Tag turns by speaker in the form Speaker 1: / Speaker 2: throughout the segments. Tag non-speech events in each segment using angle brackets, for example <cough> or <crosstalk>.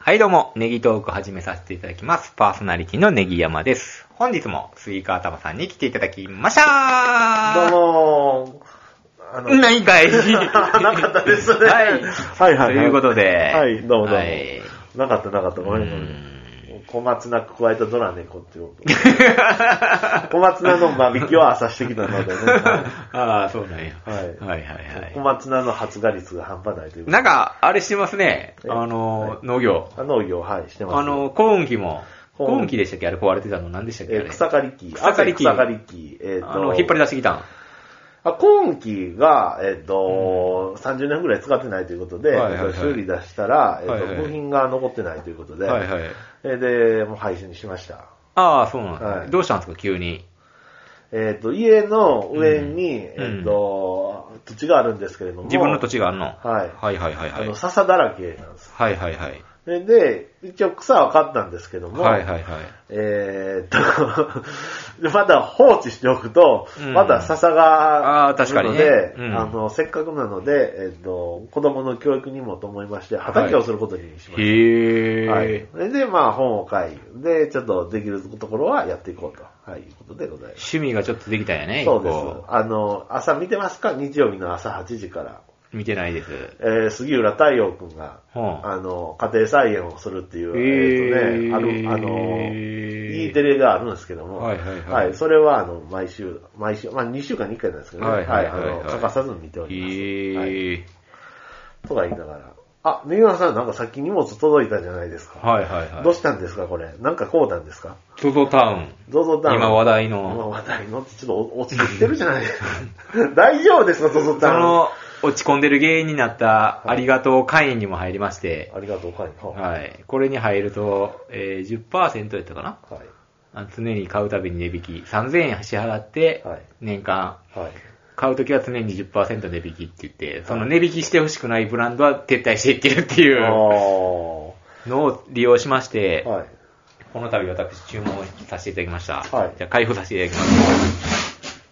Speaker 1: はいどうも、ネギトーク始めさせていただきます。パーソナリティのネギ山です。本日も杉川玉さんに来ていただきまし
Speaker 2: ど
Speaker 1: た
Speaker 2: うもーあの、
Speaker 1: 何
Speaker 2: <laughs>
Speaker 1: かい <laughs>
Speaker 2: なかったですね。
Speaker 1: はい。
Speaker 2: はいはいはい
Speaker 1: ということで。
Speaker 2: はいどうもどうも
Speaker 1: はい
Speaker 2: なかったなかった、ごめ。
Speaker 1: うんん
Speaker 2: 小松菜加えたドラ猫っていう。
Speaker 1: <laughs>
Speaker 2: 小松菜の間引きは朝してきたのでね。は
Speaker 1: ああ、そうなんや。
Speaker 2: い。はい
Speaker 1: はいはい
Speaker 2: 小
Speaker 1: は
Speaker 2: 松菜の発芽率が半端ないという
Speaker 1: い。なんか、あれしてますね。
Speaker 2: え
Speaker 1: あの、
Speaker 2: はい
Speaker 1: 農業。
Speaker 2: あ農業、はい、してます。
Speaker 1: あの、幸運期も。
Speaker 2: 幸
Speaker 1: 幸
Speaker 2: 運
Speaker 1: 運期でしたっけあれ壊れてたの何でしたっけあ
Speaker 2: え
Speaker 1: れ
Speaker 2: ー草刈り機。
Speaker 1: 草刈り機
Speaker 2: 朝草刈り機。えっ、
Speaker 1: あ
Speaker 2: と、
Speaker 1: の、引っ張り出してきたん。
Speaker 2: あ今期が、えっ、と、30年ぐらい使ってないということで、
Speaker 1: はいはいはい
Speaker 2: 修理出したら、えっ、と、
Speaker 1: はいはい
Speaker 2: 部品が残ってないということで、
Speaker 1: はいはい。
Speaker 2: えーで、もう廃止にしました。
Speaker 1: ああ、そうなんですね、
Speaker 2: はい
Speaker 1: どうしたんですか急に。
Speaker 2: えっ、と、家の上に、
Speaker 1: うん
Speaker 2: えっ、と、土地があるんですけれども。
Speaker 1: 自分の土地があるの。
Speaker 2: はい
Speaker 1: はいはいはいは
Speaker 2: あ
Speaker 1: い
Speaker 2: の、。笹だらけなんです。
Speaker 1: はいはいはい。
Speaker 2: で、で一応草は刈ったんですけども、
Speaker 1: はいはいはい。
Speaker 2: えっ、と、 <laughs> でまだ放置しておくと、
Speaker 1: うん
Speaker 2: まだ笹が、
Speaker 1: あー確かにね
Speaker 2: で、
Speaker 1: うん
Speaker 2: あの、せっかくなので、えっ、と、子供の教育にもと思いまして、畑をすることにしまし
Speaker 1: へえ。
Speaker 2: た。はい。それで、まあ、本を買い、で、ちょっとできるところはやっていこうと、はい、いうことでございます。
Speaker 1: 趣味がちょっとできたんやね。
Speaker 2: そうで
Speaker 1: こ
Speaker 2: す。あの、朝見てますか日曜日の朝8時から。
Speaker 1: う見てないです。
Speaker 2: えー杉浦太陽くんが、
Speaker 1: うん
Speaker 2: あの、家庭菜園をするっていう、
Speaker 1: へー
Speaker 2: えーとね、ある、あの、E テレがあるんですけども、
Speaker 1: はいはいはい
Speaker 2: それは、あの、毎週、毎週、まあ、2週間に1回なんですけどね、
Speaker 1: はいはいはいはい
Speaker 2: あの欠かさず見ております。はい
Speaker 1: へえ。
Speaker 2: とか言いながら、あ、根際さん、なんかさっき荷物届いたじゃないですか。
Speaker 1: はいはい
Speaker 2: ど
Speaker 1: は
Speaker 2: うしたんですか、これ。なんかこうなんですか
Speaker 1: い。ゾゾタウン。
Speaker 2: ゾゾタウン。
Speaker 1: 今話題の
Speaker 2: 今話題のってちょっと落ちてきてるじゃないですか。 <laughs> 大丈夫ですか、ゾゾ
Speaker 1: そ
Speaker 2: タウン。
Speaker 1: の、落ち込んでる原因になった、ありがとう会員にも入りまして、
Speaker 2: ありがとう、はい。
Speaker 1: はい。これに入ると、えー、10%やったかな
Speaker 2: はい。
Speaker 1: あの常に買うたびに値引き。3000円支払って
Speaker 2: はい、
Speaker 1: 年間。
Speaker 2: はい。
Speaker 1: 買うときは常に10%値引きって言って、その値引きしてほしくないブランドは撤退していってるってい
Speaker 2: あー
Speaker 1: うのを利用しまして、
Speaker 2: はい。
Speaker 1: この度私注文させていただきました。
Speaker 2: はい
Speaker 1: じゃあ開封させていただきます。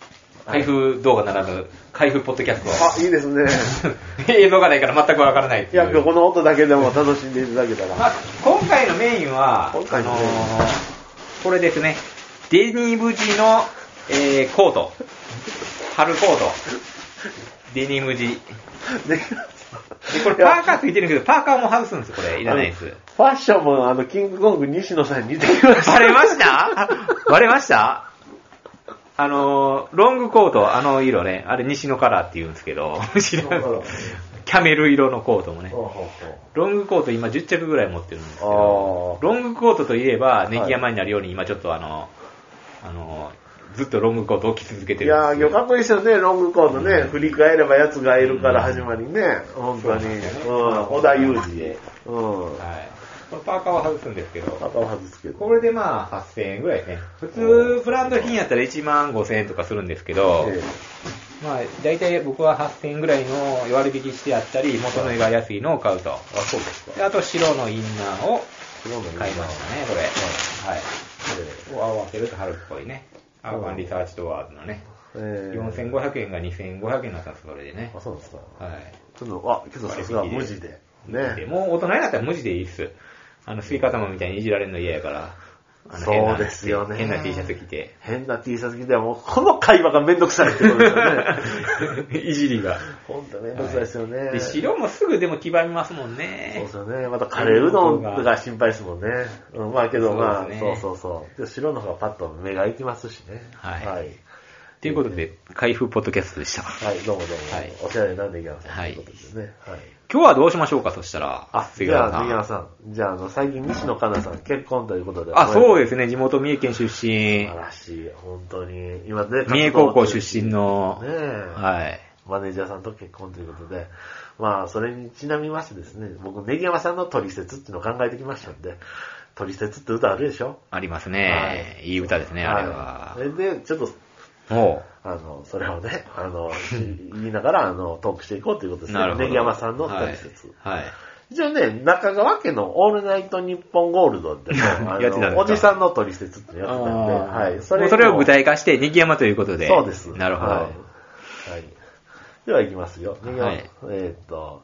Speaker 1: 開封動画ならぬ、開封ポッドキャス
Speaker 2: あ、いいですね。
Speaker 1: トを。 <laughs> 映像がないから全くわからないって
Speaker 2: い
Speaker 1: いう
Speaker 2: や、今日この音だけでも楽しんでいただけた
Speaker 1: ま
Speaker 2: ら。
Speaker 1: あ、今回のメインは、
Speaker 2: 今回のメイン
Speaker 1: あのーこれですね。デニム地の、えーコート。春コート。デニム地。
Speaker 2: <laughs> で、
Speaker 1: で、これパーカーついてるんですけど、パーカーも外すんですよ、これ。いらない
Speaker 2: <laughs>
Speaker 1: です。
Speaker 2: ファッションも、あの、キングコング西野さんに似てきました。
Speaker 1: バレました <laughs> バレましたあのー、ロングコート、あの色ね、あれ西のカラーって言うんですけど、知らん
Speaker 2: なるほど
Speaker 1: <laughs> キャメル色のコートもね。
Speaker 2: ほうほうほう
Speaker 1: ロングコート今10着ぐらい持ってるんですけど
Speaker 2: あ、ー
Speaker 1: ロングコートといえば、
Speaker 2: い
Speaker 1: ネギ山になるように今ちょっとあの、あの、ずっとロングコートを着続けて
Speaker 2: い
Speaker 1: るん
Speaker 2: やー、
Speaker 1: です
Speaker 2: 今
Speaker 1: よ
Speaker 2: 日かっこいいですよね、ロングコートね。振り返れば奴がいるから始まりね。本当に。
Speaker 1: そう
Speaker 2: う
Speaker 1: なん
Speaker 2: ん
Speaker 1: ですよね。
Speaker 2: 小田裕二へ。うん。
Speaker 1: はい。このパーカーは外すんですけど、
Speaker 2: 肩を外すけど。
Speaker 1: これでまあ8000円ぐらいね。普通、ブランド品やったら1万5000円とかするんですけど、
Speaker 2: え
Speaker 1: まあ、大体僕は8000円ぐらいの割引してあったり、元の絵が安いのを買うと。
Speaker 2: えあ、そうですか。
Speaker 1: であと白のインナーを
Speaker 2: 黒の
Speaker 1: 買いましたね、これ。はい。を合わせると春っぽいね。アーバンリサーチとワードのね。
Speaker 2: えーえー
Speaker 1: 4500円が2500円だったんです、それでね
Speaker 2: あ、。そうですか。
Speaker 1: はい。
Speaker 2: ちょっと、あ、けどさすが無地で。
Speaker 1: で
Speaker 2: ね。
Speaker 1: もう大人になったら無地でいいっす。あの、スイカ玉みたいにいじられるの嫌やから。あの
Speaker 2: そう
Speaker 1: 変な
Speaker 2: ですよね
Speaker 1: 変な T シャツ着て。
Speaker 2: 変な T シャツ着てはもう、この会話がめんどくさいってことですよね。
Speaker 1: <laughs> いじりが。
Speaker 2: ほんとめんどくさいですよね。
Speaker 1: で、白もすぐでも黄ばみますもんね。
Speaker 2: そうですよね。またカレーうどんが心配ですもんね。うん、まあけどまあ、そう,、
Speaker 1: そうですね
Speaker 2: そうそうで白の方がパッと目が行きますしね。
Speaker 1: はい
Speaker 2: はい。
Speaker 1: ということで、開封ポッドキャストでした。
Speaker 2: はいどうもどうも。
Speaker 1: はい
Speaker 2: お世話になっていきます。
Speaker 1: はい
Speaker 2: ということですね。はい。
Speaker 1: 今日はどうしましょうか、そしたら。
Speaker 2: あ、
Speaker 1: 杉
Speaker 2: じ
Speaker 1: 原
Speaker 2: ゃ
Speaker 1: さ
Speaker 2: あ、
Speaker 1: ん
Speaker 2: 杉山さん。じゃあ、あの、最近西野カナさん結婚ということで。。
Speaker 1: あ、そうですすね、地元三重県出身
Speaker 2: 素晴、らしい。本当に。今ね、
Speaker 1: 三重高校出身の、
Speaker 2: ねえ
Speaker 1: はい。
Speaker 2: マネージャーさんと結婚ということで、まあ、それにちなみましてですね、僕、ネギ山さんの取説っていうのを考えてきましたんで、取説って歌あるでしょ
Speaker 1: ありますね。いい歌ですね、あれは
Speaker 2: そ。れで、ちょっと、
Speaker 1: おう
Speaker 2: あの、それをね、あ
Speaker 1: <laughs>
Speaker 2: の、言いながら、あの、トークしていこうということです
Speaker 1: な
Speaker 2: ね。
Speaker 1: るほど。
Speaker 2: ネギ山さんの取説。
Speaker 1: はい。はい
Speaker 2: 一応ね、中川家のオールナイトニッポンゴールドって
Speaker 1: <laughs>
Speaker 2: もう、あ
Speaker 1: やってたんですか
Speaker 2: の、おじさんの取説ってやってたんで、
Speaker 1: あ
Speaker 2: は
Speaker 1: ー
Speaker 2: い。
Speaker 1: もうそれを具体化して、ネギ山ということで。
Speaker 2: そうです。
Speaker 1: なるほど。
Speaker 2: はい。はいでは、いきますよ。
Speaker 1: はい
Speaker 2: えーっと、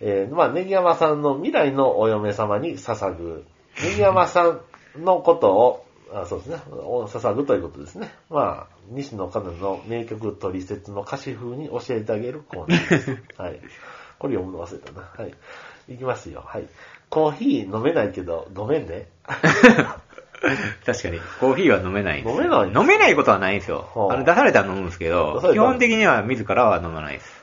Speaker 2: えーまあ、ネギ山さんの未来のお嫁様に捧ぐ、ネギ山さんのことを、あそうですね、を捧ぐということですね。まあ、西野カナの名曲取説の歌詞風に教えてあげるコーナー
Speaker 1: <laughs>
Speaker 2: です。はい。これ読むの忘れたな。はい。いきますよ。はい。コーヒー飲めないけど、ごめん
Speaker 1: <laughs>
Speaker 2: ね。
Speaker 1: 確かに、コーヒーは飲めないんですよ
Speaker 2: 飲めないんです
Speaker 1: 飲めないことはないんですよ。
Speaker 2: はあ
Speaker 1: あの出されたら飲むんですけ
Speaker 2: 出
Speaker 1: ど
Speaker 2: されたら、
Speaker 1: 基本的には自らは飲まないです。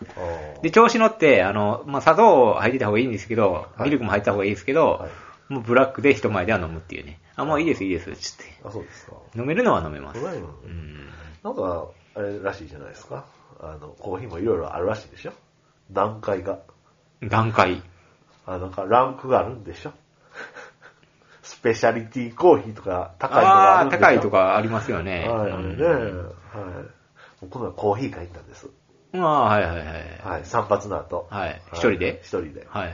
Speaker 1: で、調子乗って、あの、まあ、砂糖入ってた方がいいんですけど、
Speaker 2: はい
Speaker 1: ミルクも入った方がいいですけど、
Speaker 2: はい
Speaker 1: もうブラックで人前では飲むっていうね。あ、もういいです、いいです、つって。
Speaker 2: あ、そうですか。
Speaker 1: 飲めるのは飲めます。
Speaker 2: うまいもん
Speaker 1: うん。
Speaker 2: なんか、あれらしいじゃないですか。あの、コーヒーもいろいろあるらしいでしょ。段階が。
Speaker 1: 段階。
Speaker 2: あなんかランクがあるんでしょ <laughs> スペシャリティコーヒーとか高いのがあ
Speaker 1: あ
Speaker 2: るん
Speaker 1: あー、
Speaker 2: でしょ
Speaker 1: 高いとかありますよね。
Speaker 2: はい、あれね。
Speaker 1: うん
Speaker 2: はい。僕はコーヒー買いに行ったんです。
Speaker 1: まあ、はいはいはい。
Speaker 2: はい、散髪の後。
Speaker 1: はい一人で
Speaker 2: 一人で。
Speaker 1: はい。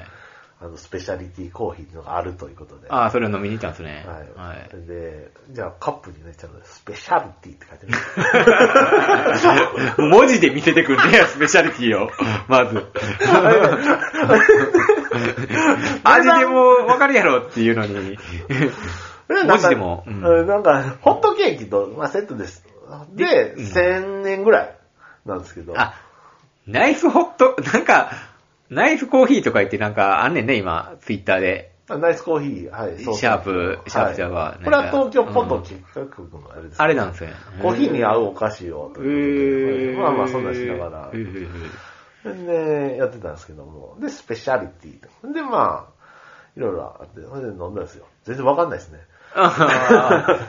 Speaker 2: あの、スペシャリティコーヒーっていうのがあるということで。
Speaker 1: ああ、それを飲みに行ったんですね。
Speaker 2: は
Speaker 1: はい
Speaker 2: い。。で、じゃあカップにね、ちゃんとスペシャリティって書いてある。
Speaker 1: 文字で見せてくん <laughs> ねや、スペシャリティを。まず。 <laughs> 味でもわかるやろっていうのに。文字でも。う
Speaker 2: なんか、う
Speaker 1: ん
Speaker 2: んなんかホットケーキと、まあ、セットです。で、1000円ぐらいなんですけど。
Speaker 1: <laughs> あ、ナイスホット、なんか、ナイスコーヒーとか言ってなんかあんねんね、今、ツイッターで。
Speaker 2: あナイスコーヒー、はい、
Speaker 1: シャープシャープシャープは
Speaker 2: はい
Speaker 1: ね
Speaker 2: これは東京ポッド企画部のあれです。
Speaker 1: あれなんですよね。
Speaker 2: コーヒーに
Speaker 1: 合
Speaker 2: 合
Speaker 1: う。
Speaker 2: うお菓子をということで。まあまあ、そんなんしなが
Speaker 1: うんうんうん
Speaker 2: ら。で、やってたんですけども。で、スペシャリティと。で、まあ、いろいろあって、それで飲んだんですよ。全然わかんないですね。
Speaker 1: あ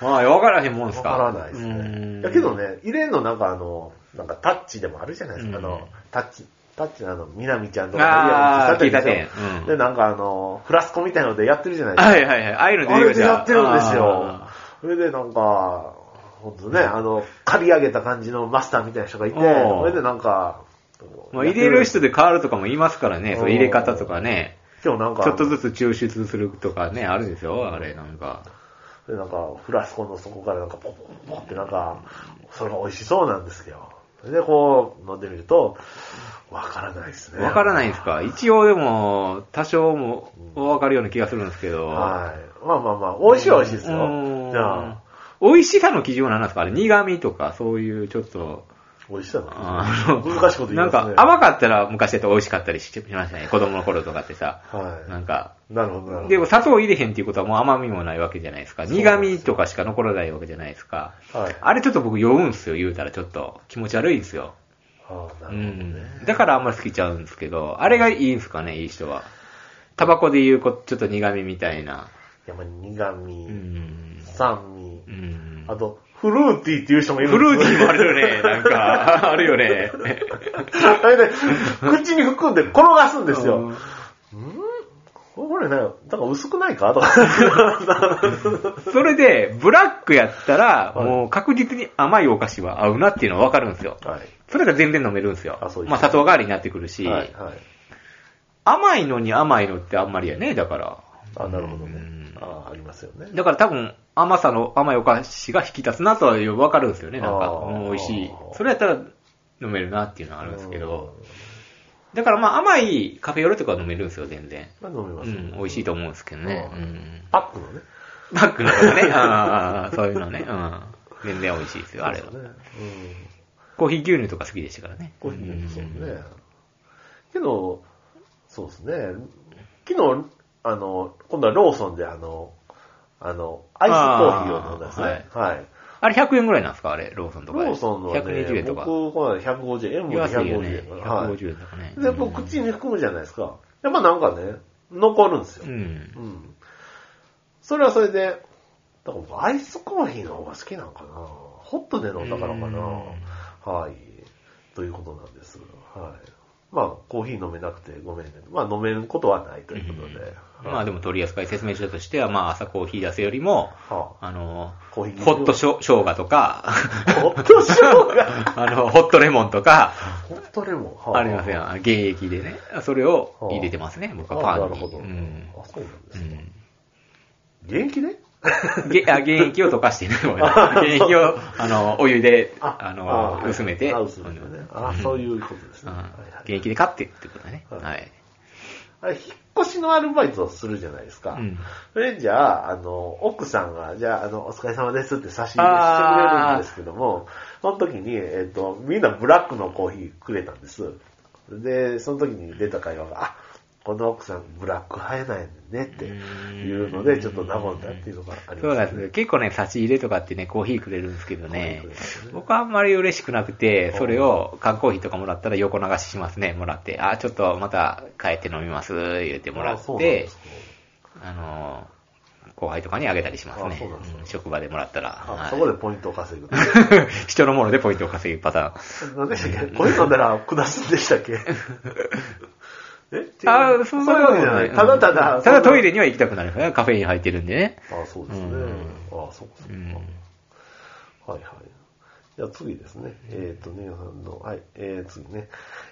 Speaker 1: あ、わからへんもんです
Speaker 2: わ
Speaker 1: か。
Speaker 2: からないです
Speaker 1: うん
Speaker 2: ね。だけどね、入れんのなんかあの、なんかタッチでもあるじゃないですか。あ
Speaker 1: うん
Speaker 2: の、タッチ、タッチのあの、みなみちゃんと
Speaker 1: あ
Speaker 2: か
Speaker 1: ー
Speaker 2: の家でしょ
Speaker 1: 喫茶店うん
Speaker 2: で、なんかあの、フラスコみたいのでやってるじゃないですか。
Speaker 1: はいはいはい。ああいうの出
Speaker 2: あ
Speaker 1: て
Speaker 2: れで
Speaker 1: きました
Speaker 2: やってるんですよ
Speaker 1: あ。
Speaker 2: それでなんか、ほんとね、あの、刈り上げた感じのマスターみたいな人がいて、
Speaker 1: おー
Speaker 2: それでなんか、
Speaker 1: ーまあ、入れる人で変わるとかも言いますからね、そう入れ方とかね。
Speaker 2: 今日なんか、
Speaker 1: ちょっとずつ抽出するとかね、あるんですよ、あれなんか。
Speaker 2: でなんか、フラスコの底からなんか、ポポポポってなんか、それが美味しそうなんですけど。それでこう、飲んでみると、わからないですね。
Speaker 1: わからないんですか一応でも、多少もわかるような気がするんですけど。
Speaker 2: はい。まあまあまあ、美味しいは美味しいですよ
Speaker 1: うん。
Speaker 2: じゃあ、
Speaker 1: 美味しさの基準は何なんですかあれ、苦味とか、そういうちょっと、
Speaker 2: 美味しさの
Speaker 1: あの
Speaker 2: 難しいこと言い
Speaker 1: な
Speaker 2: ま
Speaker 1: ん
Speaker 2: す
Speaker 1: か
Speaker 2: ね。、
Speaker 1: 甘かったら昔だと美味しかったりししましたね。子供の頃とかってさ。
Speaker 2: はい
Speaker 1: なんか、
Speaker 2: なるほど、なるほど。
Speaker 1: でも砂糖入れへんっていうことはもう甘みもないわけじゃないですか。
Speaker 2: そうな
Speaker 1: 苦
Speaker 2: んですよ
Speaker 1: 味とかしか残らないわけじゃないですか。
Speaker 2: はい。あ
Speaker 1: あれちょっと僕酔うんすよ、言うたらちょっと。気持ち悪いんですよ。
Speaker 2: あ、なるほど
Speaker 1: う
Speaker 2: ね。
Speaker 1: ん。だからあんまり好きちゃうんですけど、あれがいいんすかね、いい人は。タバコで言うこ、ちょっと苦味みたいな。
Speaker 2: いやまあ苦
Speaker 1: う
Speaker 2: 味、
Speaker 1: ん。
Speaker 2: 酸味、
Speaker 1: うん。
Speaker 2: あと、フルーティーっていう人もいる
Speaker 1: フルーティーもあ
Speaker 2: る。
Speaker 1: るよね、なん
Speaker 2: <laughs>
Speaker 1: か。あるよね。
Speaker 2: あれで、口に含んで転がすんですよ。
Speaker 1: うん
Speaker 2: これね、なんか薄くないか <laughs> とか。
Speaker 1: それで、ブラックやったら、
Speaker 2: はい
Speaker 1: もう確実に甘いお菓子は合うなっていうのはわかるんですよ。
Speaker 2: はい。
Speaker 1: それが全然飲めるんですよ。
Speaker 2: あそうです
Speaker 1: まあ砂糖代わりになってくるし、
Speaker 2: はい。はい。
Speaker 1: 甘いのに甘いのってあんまりやね、だから。
Speaker 2: あ、なるほど
Speaker 1: う
Speaker 2: ね
Speaker 1: ん。
Speaker 2: あありますよね。
Speaker 1: だから多分、甘さの、甘いお菓子が引き立つなとはわかるんですよね、なんか。
Speaker 2: あー
Speaker 1: うん美味しい。それやったら飲めるなっていうのはあるんですけど。だからまあ甘いカフェオレとかは飲めるんですよ、全然。
Speaker 2: うん。まあ飲み
Speaker 1: う
Speaker 2: ますよ
Speaker 1: ん、美味しいと思うんですけどね。
Speaker 2: あ
Speaker 1: う
Speaker 2: ー
Speaker 1: ん。
Speaker 2: パックのね。
Speaker 1: バッグのとかね、あーそういうのね。うん。全然美味しいですよ、あれは
Speaker 2: そう。ですね。うん。
Speaker 1: コーヒー牛乳とか好きでしたからね。
Speaker 2: コーヒーもそう
Speaker 1: うん
Speaker 2: ね。けど、そうですね。昨日、あの、今度はローソンであの、あの、アイスコーヒーを飲んだんですね。はい。
Speaker 1: あれ100円ぐらいなんですかあれ、ローソンとかで。
Speaker 2: ローソンのは
Speaker 1: 120
Speaker 2: ね、
Speaker 1: 円とか。
Speaker 2: 僕、この間150円、円も
Speaker 1: 安い
Speaker 2: 250
Speaker 1: よね
Speaker 2: 円。。はい。
Speaker 1: 150円とかね。
Speaker 2: で、僕、口に含むじゃないですか。やっぱなんかね、残るんですよ
Speaker 1: う。ん
Speaker 2: う。ん。それはそれで、だから僕、アイスコーヒーの方が好きなのかな。ホットで飲んだからか
Speaker 1: うん
Speaker 2: な。はい。ということなんです。はい。まあ、コーヒー飲めなくてごめんね。まあ、飲めることはないということで。
Speaker 1: まあで
Speaker 2: も、
Speaker 1: も取り扱い説明書としては、まあ朝コーヒー出すよりも、
Speaker 2: は
Speaker 1: あの、
Speaker 2: あ、コ
Speaker 1: ホ
Speaker 2: ーヒー。
Speaker 1: ットしょ生姜とか、
Speaker 2: ホットショーが。
Speaker 1: <laughs> あの、ホットレモンとか、
Speaker 2: ホットレモン。は
Speaker 1: ありますよ。原液でね。それを入れてますね、僕は
Speaker 2: ああ
Speaker 1: パ
Speaker 2: な
Speaker 1: ン
Speaker 2: る
Speaker 1: に。
Speaker 2: ほど。
Speaker 1: う
Speaker 2: あ
Speaker 1: ん、
Speaker 2: そうなんで
Speaker 1: う
Speaker 2: すか。
Speaker 1: ん
Speaker 2: 元気ね
Speaker 1: げあ原液を溶かし
Speaker 2: <laughs>
Speaker 1: てね、ごめんなさい原液を、あの、お湯で、あの、
Speaker 2: はい
Speaker 1: 薄めて、
Speaker 2: あ薄めてね。あそういうことです
Speaker 1: う
Speaker 2: ね。
Speaker 1: ん
Speaker 2: はいはい
Speaker 1: 原液で買ってってことだね。
Speaker 2: はい
Speaker 1: はい。
Speaker 2: あれ引っ越しのアルバイトをするじゃないですか。
Speaker 1: うん
Speaker 2: それじゃあ、あの、奥さんが、じゃあ、あの、お疲れ様ですって差し入れしてくれるん
Speaker 1: あー
Speaker 2: ですけども、その時に、えっ、と、みんなブラックのコーヒーくれたんです。で、その時に出た会話が、あ、この奥さんブラック生えないねっていうので、ちょっと和んだっていうのがあります、
Speaker 1: そうなんですね。結構ね、差し入れとかってね、コーヒーくれるんですけどね
Speaker 2: コーヒーくれますね、
Speaker 1: 僕はあんまり嬉しくなくて、それを缶コーヒーとかもらったら横流ししますね、もらって。あ、ちょっとまた変えて飲みます、言うてもら
Speaker 2: あそう
Speaker 1: っ
Speaker 2: なんで
Speaker 1: て
Speaker 2: す、か
Speaker 1: あの、後輩とかにあげたりします
Speaker 2: あ
Speaker 1: ね
Speaker 2: そうなんですね。
Speaker 1: うん職場でもらったら。は
Speaker 2: あ
Speaker 1: い
Speaker 2: そこでポイントを稼ぐ。
Speaker 1: <laughs>
Speaker 2: <laughs>
Speaker 1: 人のものでポイントを稼ぐパタ
Speaker 2: 何でしたっけこういうのなら下すんで
Speaker 1: <laughs>
Speaker 2: したっけえ違う
Speaker 1: ーン。
Speaker 2: そういうわけじゃない。ただただ、
Speaker 1: ただトイレには行きたくなるから、カフェイン入ってるんでね。
Speaker 2: あそうですね。
Speaker 1: うん
Speaker 2: あそうかそうか、
Speaker 1: うん
Speaker 2: はいはい。じゃあ次ですね。えっ、と、ねさんの、はい、えー、次ね。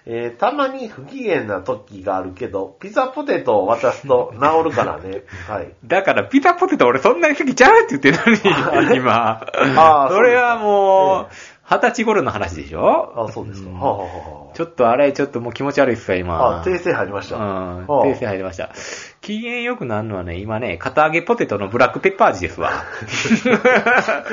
Speaker 2: えー、たまに不機嫌な時があるけど、ピザポテトを渡すと治るから
Speaker 1: <laughs>
Speaker 2: ね。はい。
Speaker 1: だから、ピザポテト俺そんなに好きちゃうって言っ
Speaker 2: <laughs>
Speaker 1: てるのに、今。
Speaker 2: あー
Speaker 1: それはも
Speaker 2: え
Speaker 1: う、二十歳頃の話でしょ
Speaker 2: あそうですか。
Speaker 1: ん
Speaker 2: はあ、はあは
Speaker 1: ちょっとあれ、ちょっともう気持ち悪いっすか、
Speaker 2: あ、
Speaker 1: 今。
Speaker 2: あ、訂正入りました。
Speaker 1: うん、
Speaker 2: はあ
Speaker 1: 訂正入りました。機嫌良くなるのはね、今ね、片揚げポテトのブラックペッパー味ですわ。 <laughs>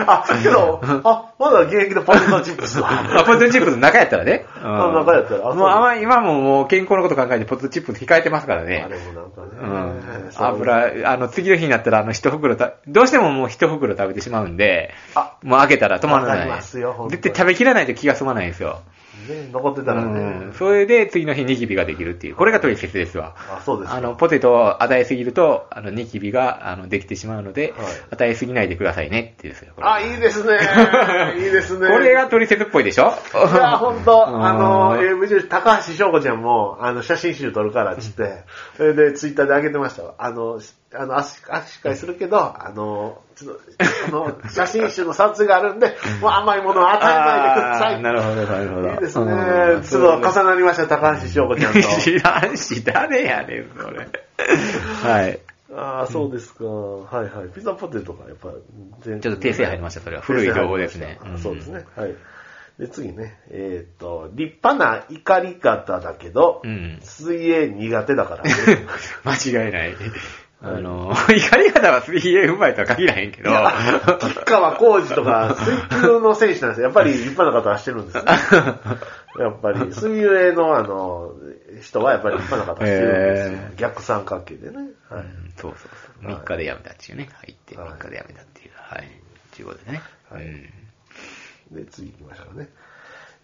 Speaker 2: あ、けど、あ、まだ現役でポテトチップスは。
Speaker 1: あポテトチップスの中やったらね。うん
Speaker 2: あ中やったらあそう
Speaker 1: もうあんまり今ももう健康のこと考えてポテトチップス控えてますからね
Speaker 2: あ。れもなんかね。
Speaker 1: うん。
Speaker 2: そう
Speaker 1: 油、あの、次の日になったら、あの、一袋た、どうしてももう一袋食べてしまうんで、
Speaker 2: あ
Speaker 1: もう開けたら止まら
Speaker 2: わか
Speaker 1: な
Speaker 2: り
Speaker 1: い。
Speaker 2: ますよ本当に
Speaker 1: 絶対食べきらないと気が済まないんですよ。
Speaker 2: ね、残ってたら
Speaker 1: うん
Speaker 2: ね。
Speaker 1: それで、次の日ニキビができるっていう。これがトリセツですわ。
Speaker 2: あ、そうですか。
Speaker 1: あの、ポテトを与えすぎると、あの、ニキビが、あの、できてしまうので、
Speaker 2: はい
Speaker 1: 与えすぎないでくださいねっていうですよ。これ
Speaker 2: あ、いいですね。
Speaker 1: <laughs>
Speaker 2: いいですね。
Speaker 1: これがトリセツっぽいでしょ
Speaker 2: いや、ほんと、
Speaker 1: うん
Speaker 2: あの、えー無印、高橋翔子ちゃんも、あの、写真集撮るからっつって、それで、ツイッターで上げてましたわあの、しあの、握手握手会するけど、あの、ちょっと、あの、写真集の撮影があるんで、もう甘いものを与えないで
Speaker 1: <laughs> あー
Speaker 2: くだ
Speaker 1: なるほど、なるほど。
Speaker 2: さい。いいですね
Speaker 1: うん。
Speaker 2: ちょっと重なりました、高橋翔子ちゃんと。
Speaker 1: <laughs> 知らんし、誰やねん、
Speaker 2: <laughs>
Speaker 1: それ。はい。
Speaker 2: ああ、そうですか。はいはい。ピザポテトがやっぱ全
Speaker 1: ちょっと訂正入りましたそれは古い情報ですね
Speaker 2: 訂正入りましたそ
Speaker 1: うん
Speaker 2: うですね。はい。で、次ね。えーっと、立派な怒り方だけど、
Speaker 1: うん
Speaker 2: 水泳苦手だから。
Speaker 1: <laughs> 間違いない。あの、 <laughs> 怒り方は水泳うまいとは限らへんけど、
Speaker 2: 吉川浩二とか、水球の選手なんですよ。やっぱり立派な方はしてるんで
Speaker 1: <laughs>
Speaker 2: すね。やっぱり、水泳のあの、人はやっぱり立派な方はしてるんですよ。逆三角形でね。はい。
Speaker 1: うん <laughs> そうそうそう。
Speaker 2: はい
Speaker 1: 3日でやめたっていうね。入って
Speaker 2: はい
Speaker 1: 3日でやめたっていう。はい。ということでね。
Speaker 2: はい
Speaker 1: うん
Speaker 2: で、次行きましょうね。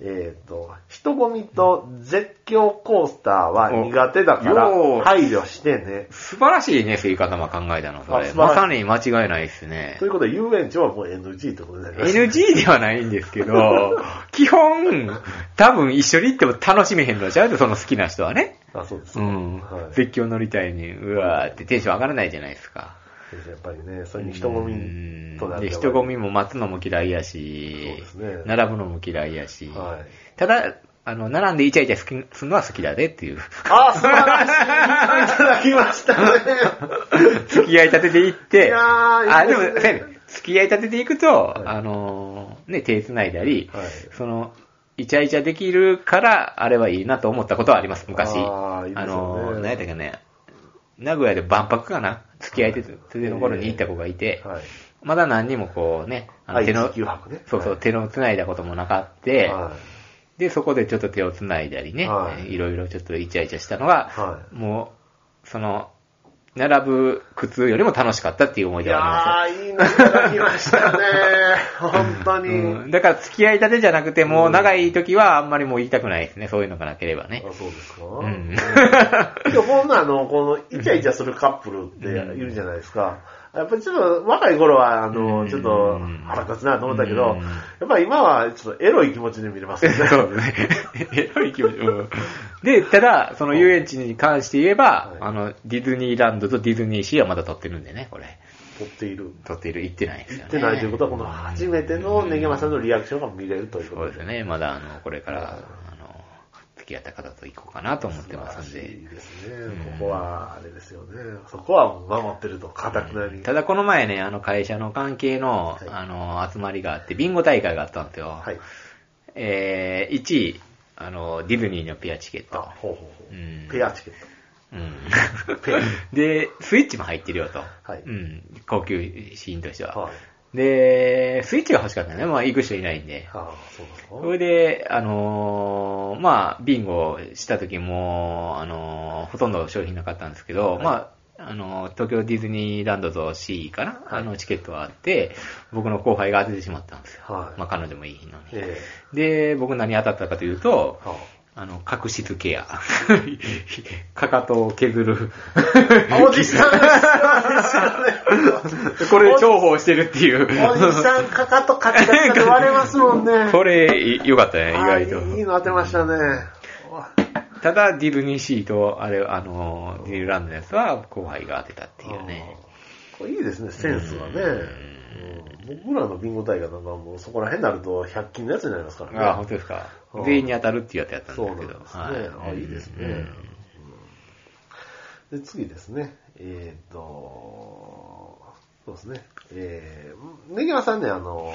Speaker 2: えっ、と、人混みと絶叫コースターは苦手だから
Speaker 1: およ、ー
Speaker 2: 配慮してね。
Speaker 1: 素晴らしいね、スイカ玉考えたの、そ
Speaker 2: あ
Speaker 1: れ。
Speaker 2: 素晴らし
Speaker 1: ま
Speaker 2: い
Speaker 1: さに間違いないですね
Speaker 2: とい。うことで、遊園地はもう NG ってことになります。
Speaker 1: NG ではないんですけ
Speaker 2: <laughs>
Speaker 1: ど、基本、多分一緒に行っても楽しめへんのちゃうと、その好きな人はね。
Speaker 2: あ、そうです
Speaker 1: う
Speaker 2: ね。
Speaker 1: ん
Speaker 2: は。い。
Speaker 1: 絶叫乗りたいに、うわーってテンション上がらないじゃないですか。
Speaker 2: やっぱりね、それに人混みとな
Speaker 1: で人混
Speaker 2: み。
Speaker 1: みも待つのも嫌いや
Speaker 2: そう
Speaker 1: し
Speaker 2: です、ね
Speaker 1: 並ぶのも嫌いやし、
Speaker 2: はい
Speaker 1: ただ、あの、並んでイチャイチャすきするのは好きだねっていう。 <laughs>
Speaker 2: あ、素晴らしい。いただきましたね。
Speaker 1: <laughs> 付き合い立てていって、
Speaker 2: いやー
Speaker 1: あ、
Speaker 2: いいで
Speaker 1: ですも
Speaker 2: ね、
Speaker 1: せやね付き合い立てていくと、
Speaker 2: い
Speaker 1: あのー、ね、手繋いだり、
Speaker 2: はい
Speaker 1: その、イチャイチャできるから、あれはいいなと思ったことはあります、昔。
Speaker 2: あーいいですよね
Speaker 1: のー、何やったっけね、名古屋で万博かな付き合い立てての頃に行った子がいて、
Speaker 2: はい。
Speaker 1: まだ何にもこうね、あの
Speaker 2: はい
Speaker 1: 手の、
Speaker 2: 地球博ね
Speaker 1: そうそう、
Speaker 2: はい
Speaker 1: 手の繋いだこともなかって、
Speaker 2: は
Speaker 1: で、そこでちょっと手を繋いだりね、
Speaker 2: はい
Speaker 1: えーいろいろちょっとイチャイチャしたのが、
Speaker 2: はい
Speaker 1: もう、その、並ぶ靴よりも楽しかったっていう思い
Speaker 2: い、い
Speaker 1: 出があ
Speaker 2: やー、いいのいただきました
Speaker 1: <laughs>
Speaker 2: ね。本当
Speaker 1: り
Speaker 2: に。
Speaker 1: ます。うん、だから付き合いたてじゃなくて、もう長い時はあんまりもう言いたくないですね。そういうのがなければね。
Speaker 2: あ、そうですか。 <laughs>
Speaker 1: うん。
Speaker 2: でもこんなあの、この、イチャイチャするカップルっているじゃないですか。やっぱりちょっと若い頃は、あ
Speaker 1: うん
Speaker 2: の、ちょっと腹立つなと思ったけ
Speaker 1: う
Speaker 2: ど
Speaker 1: ん、
Speaker 2: やっぱり今はちょっとエロい気持ちで見れ
Speaker 1: <laughs>
Speaker 2: ますよね。
Speaker 1: そうね。エロい気持ち。うんで、ただ、その遊園地に関して言えば、
Speaker 2: はい
Speaker 1: あの、ディズニーランドとディズニーシーはまだ撮ってるんでね、これ。
Speaker 2: 撮っている。
Speaker 1: 撮っている、行ってないですよね。
Speaker 2: 撮ってないということは、この初めてのネゲマさんのリアクションが見れるというこ
Speaker 1: そう
Speaker 2: と
Speaker 1: です。ね。まだ、あの、これから、あの、付き合った方と行こうかなと思ってますん
Speaker 2: いい
Speaker 1: で。
Speaker 2: ですね。ここは、あれですよね。そこは守ってると、かたくなに。
Speaker 1: ただこの前ね、あの会社の関係の、
Speaker 2: はい
Speaker 1: あの、集まりがあって、ビンゴ大会があったんですよ。
Speaker 2: はい。
Speaker 1: えー、1位、あの、ディズニーのペアチケッ
Speaker 2: あ
Speaker 1: ト。、
Speaker 2: ほうほうほ
Speaker 1: うん
Speaker 2: う。ペアチケット。
Speaker 1: う
Speaker 2: <laughs>
Speaker 1: うん。 <laughs> で、スイッチも入ってるよと。
Speaker 2: はい
Speaker 1: うん。高級シーンとしては。
Speaker 2: はい。
Speaker 1: で、スイッチが欲しかったよね。まあ、行く人いないんで。
Speaker 2: ああ、そうですか
Speaker 1: そ。れで、あのーまあ、ビンゴした時も、あのーほとんど商品なかったんですけど、
Speaker 2: はい
Speaker 1: まあ、あのー東京ディズニーランドと C かな、
Speaker 2: はい
Speaker 1: あの、チケットはあって、僕の後輩が当ててしまったんですよ。
Speaker 2: はい。
Speaker 1: まあ、彼女もいい日なのに。
Speaker 2: え
Speaker 1: で、僕何当たったかというと
Speaker 2: え、は
Speaker 1: あの、角質ケ
Speaker 2: <laughs>
Speaker 1: ア。かかとを削る。
Speaker 2: あ。おじさんが知らない
Speaker 1: <laughs> これ重宝してるっていう。
Speaker 2: おじさん、かかとかき出したら割れますもんね。
Speaker 1: <laughs> これ、良かったね、意外
Speaker 2: あ
Speaker 1: と。
Speaker 2: いいいいの当てましたね。
Speaker 1: ただ、ディズニーシーと、あれ、あの、ディズニーランドのやつは、後輩が当てたっていうね。
Speaker 2: あー。これいいですね、センスはね。うん僕らのビンゴ大会なんかもうそこら辺になると100均のやつになりますからね。
Speaker 1: あ、本当ですか
Speaker 2: う。ん
Speaker 1: 全員に当たるっていうやつやったん
Speaker 2: そうな
Speaker 1: だ
Speaker 2: ん
Speaker 1: け
Speaker 2: です
Speaker 1: ど
Speaker 2: ね。。
Speaker 1: は
Speaker 2: あ、いいですね。
Speaker 1: うん
Speaker 2: うんで、次ですね。えーっと、そうですね。えー、ネギワさんね、あの、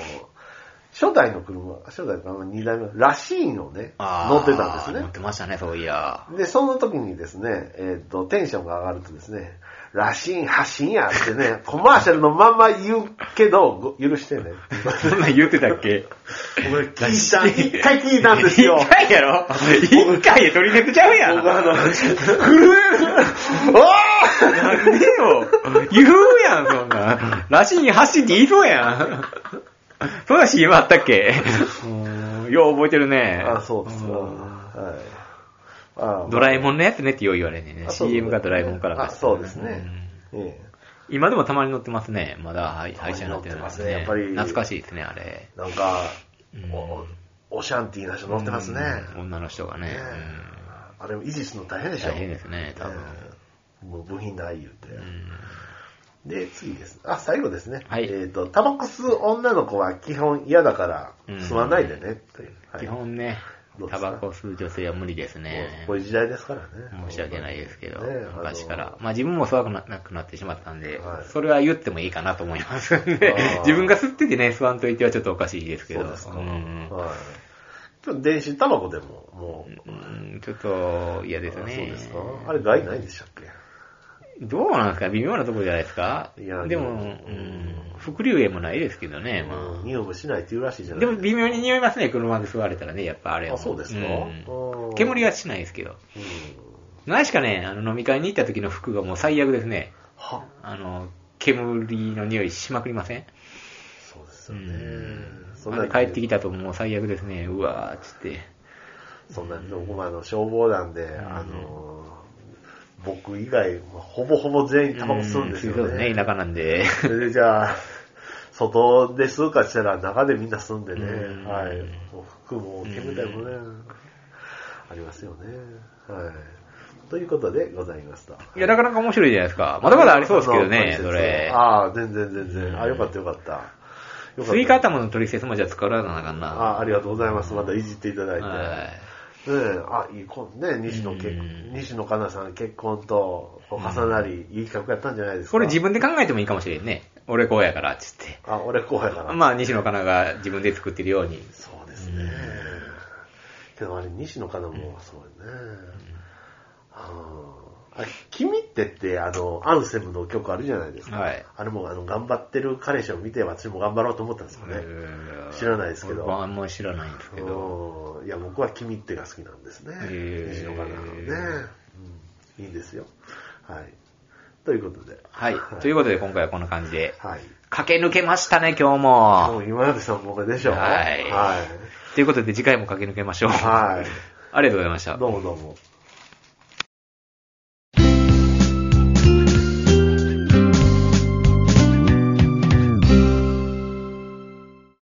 Speaker 2: 初代の車、初代の車、2代目、らしいのね、
Speaker 1: あー
Speaker 2: 乗ってたんです
Speaker 1: 乗っ
Speaker 2: ね。
Speaker 1: てましたね、そう
Speaker 2: <laughs>
Speaker 1: いや。
Speaker 2: で、その時にですね、えーっと、テンションが上がるとですね、らしい、発信やってね、 <laughs> コマーシャルのまんま言うけど、ご許してね。
Speaker 1: そんなん言ってたっけ
Speaker 2: 俺聞いた、一回聞いたんですよ
Speaker 1: <laughs> 一。回やろ一回で取り抜くち <laughs> ゃうやん。
Speaker 2: 僕あの、
Speaker 1: なんでよ。言うやん、そんなん。らしに走って言いそうや
Speaker 2: <laughs>
Speaker 1: ん。そんな CM あったっけうんよう覚えてるね。
Speaker 2: あ、そうですか。
Speaker 1: ん
Speaker 2: はい。あ
Speaker 1: ドラえもんのやつねってよう言われんねんね。
Speaker 2: あそうですね
Speaker 1: CM がドラえもんからか
Speaker 2: あ、そうですね。え
Speaker 1: うん今でもたまに乗ってますね。まだはい
Speaker 2: たま
Speaker 1: 廃
Speaker 2: に
Speaker 1: 車になってるんで
Speaker 2: 乗ってます
Speaker 1: すね。
Speaker 2: ねやっぱり
Speaker 1: 懐かしいですね、あれ。
Speaker 2: えなんか
Speaker 1: うん、
Speaker 2: おオシャンティーな人乗ってますね。
Speaker 1: うん女の人がね
Speaker 2: ね。あれ、維持するの大変
Speaker 1: うん
Speaker 2: でしょ。
Speaker 1: 大変ですね、多
Speaker 2: え
Speaker 1: 分。
Speaker 2: えもう部品ない言うて。
Speaker 1: うん
Speaker 2: で、次です。あ、最後ですね。
Speaker 1: はい
Speaker 2: えっ、と、タバコ吸う女の子は基本嫌だから、
Speaker 1: うん
Speaker 2: 吸わないでね、という。はい
Speaker 1: 基本ね
Speaker 2: ど、うで
Speaker 1: タ
Speaker 2: すか
Speaker 1: バコ吸う女性は無理ですね
Speaker 2: もう。こういう時代ですからね。
Speaker 1: 申し訳ないですけど、
Speaker 2: ねえあの
Speaker 1: 昔から。まあ自分も吸わなくなってしまったんで、
Speaker 2: はい
Speaker 1: それは言ってもいいかなと思いますんで
Speaker 2: あー
Speaker 1: <laughs> 自分が吸っててね、吸わんといてはちょっとおかしいですけど、
Speaker 2: そうですか。
Speaker 1: ん
Speaker 2: はい。ちょっと電子タバコでも、もう、
Speaker 1: うんちょっと嫌です
Speaker 2: そう
Speaker 1: ね。
Speaker 2: ですか。あれ、害ないでしたっけ
Speaker 1: どうなんですか微妙なところじゃないですか
Speaker 2: いや
Speaker 1: でも、う
Speaker 2: うん
Speaker 1: ん、副流煙もないですけどね、ま
Speaker 2: 匂いもしないっていうらしいじゃ
Speaker 1: あ。
Speaker 2: ない
Speaker 1: でも微妙に匂いますね、車で吸われたらね、やっぱあれは。
Speaker 2: あそうですか
Speaker 1: ん
Speaker 2: うん
Speaker 1: 煙はしないですけど。
Speaker 2: うん
Speaker 1: 何しかね、あの飲み会に行った時の服がもう最悪ですね。
Speaker 2: は、
Speaker 1: あの、煙の匂いしまくりません
Speaker 2: そうです
Speaker 1: う
Speaker 2: よね
Speaker 1: ん。。
Speaker 2: そん
Speaker 1: あ
Speaker 2: な
Speaker 1: れ帰ってきたともう最悪ですね。うわーっつって。
Speaker 2: そんな、僕もあの、消防団で、あの、僕以外、ほぼほぼ全員タバコ吸うんですよ
Speaker 1: そうですね、
Speaker 2: ね。
Speaker 1: 田舎なんで。
Speaker 2: それでじゃあ、外で吸うかしたら中でみんな吸うんでね
Speaker 1: うん、
Speaker 2: はい。もう服も煙たいもね、ありますよね。はい。ということでございました。
Speaker 1: いや、なかなか面白いじゃないですか。まだまだありそうですけどね、
Speaker 2: あの
Speaker 1: それ。
Speaker 2: ああ、全然全
Speaker 1: うん
Speaker 2: 然。あ、よかったよかった。よかった
Speaker 1: 追加頭の取説もじゃあ使わなあかんな。
Speaker 2: あありがとうございます。またいじっていただいて。
Speaker 1: はい
Speaker 2: ねえ、あ、いいこね、西野け
Speaker 1: うん
Speaker 2: 西野カナさん結婚とこう重なり、いい企画やったんじゃないですか。
Speaker 1: これ自分で考えてもいいかもしれんね。俺こうやから、つって。
Speaker 2: あ、俺後輩かな。
Speaker 1: まあ、西野カナが自分で作ってるように。
Speaker 2: そうですね。けどあれ、西野カナもそうね。あーあ君ってって、あの、アンセムの曲あるじゃないですか。
Speaker 1: はい
Speaker 2: あれも、あの、頑張ってる彼氏を見て、私も頑張ろうと思ったんですよね。知らないですけど
Speaker 1: 僕はあんまり知らないんですけど。
Speaker 2: うんいや、僕は君ってが好きなんですね。
Speaker 1: へー
Speaker 2: 西野カナのね、うん。いいんですよ。はい。ということで。
Speaker 1: はい。ということで、今回はこんな感じで。
Speaker 2: はい。
Speaker 1: 駆け抜けましたね、今日も。
Speaker 2: もう今までさんもこれでしょう。
Speaker 1: はい
Speaker 2: は
Speaker 1: ということで次回も駆け抜けましょう。
Speaker 2: い。は
Speaker 1: <laughs> ありがとうございました
Speaker 2: い。。どうもどうも。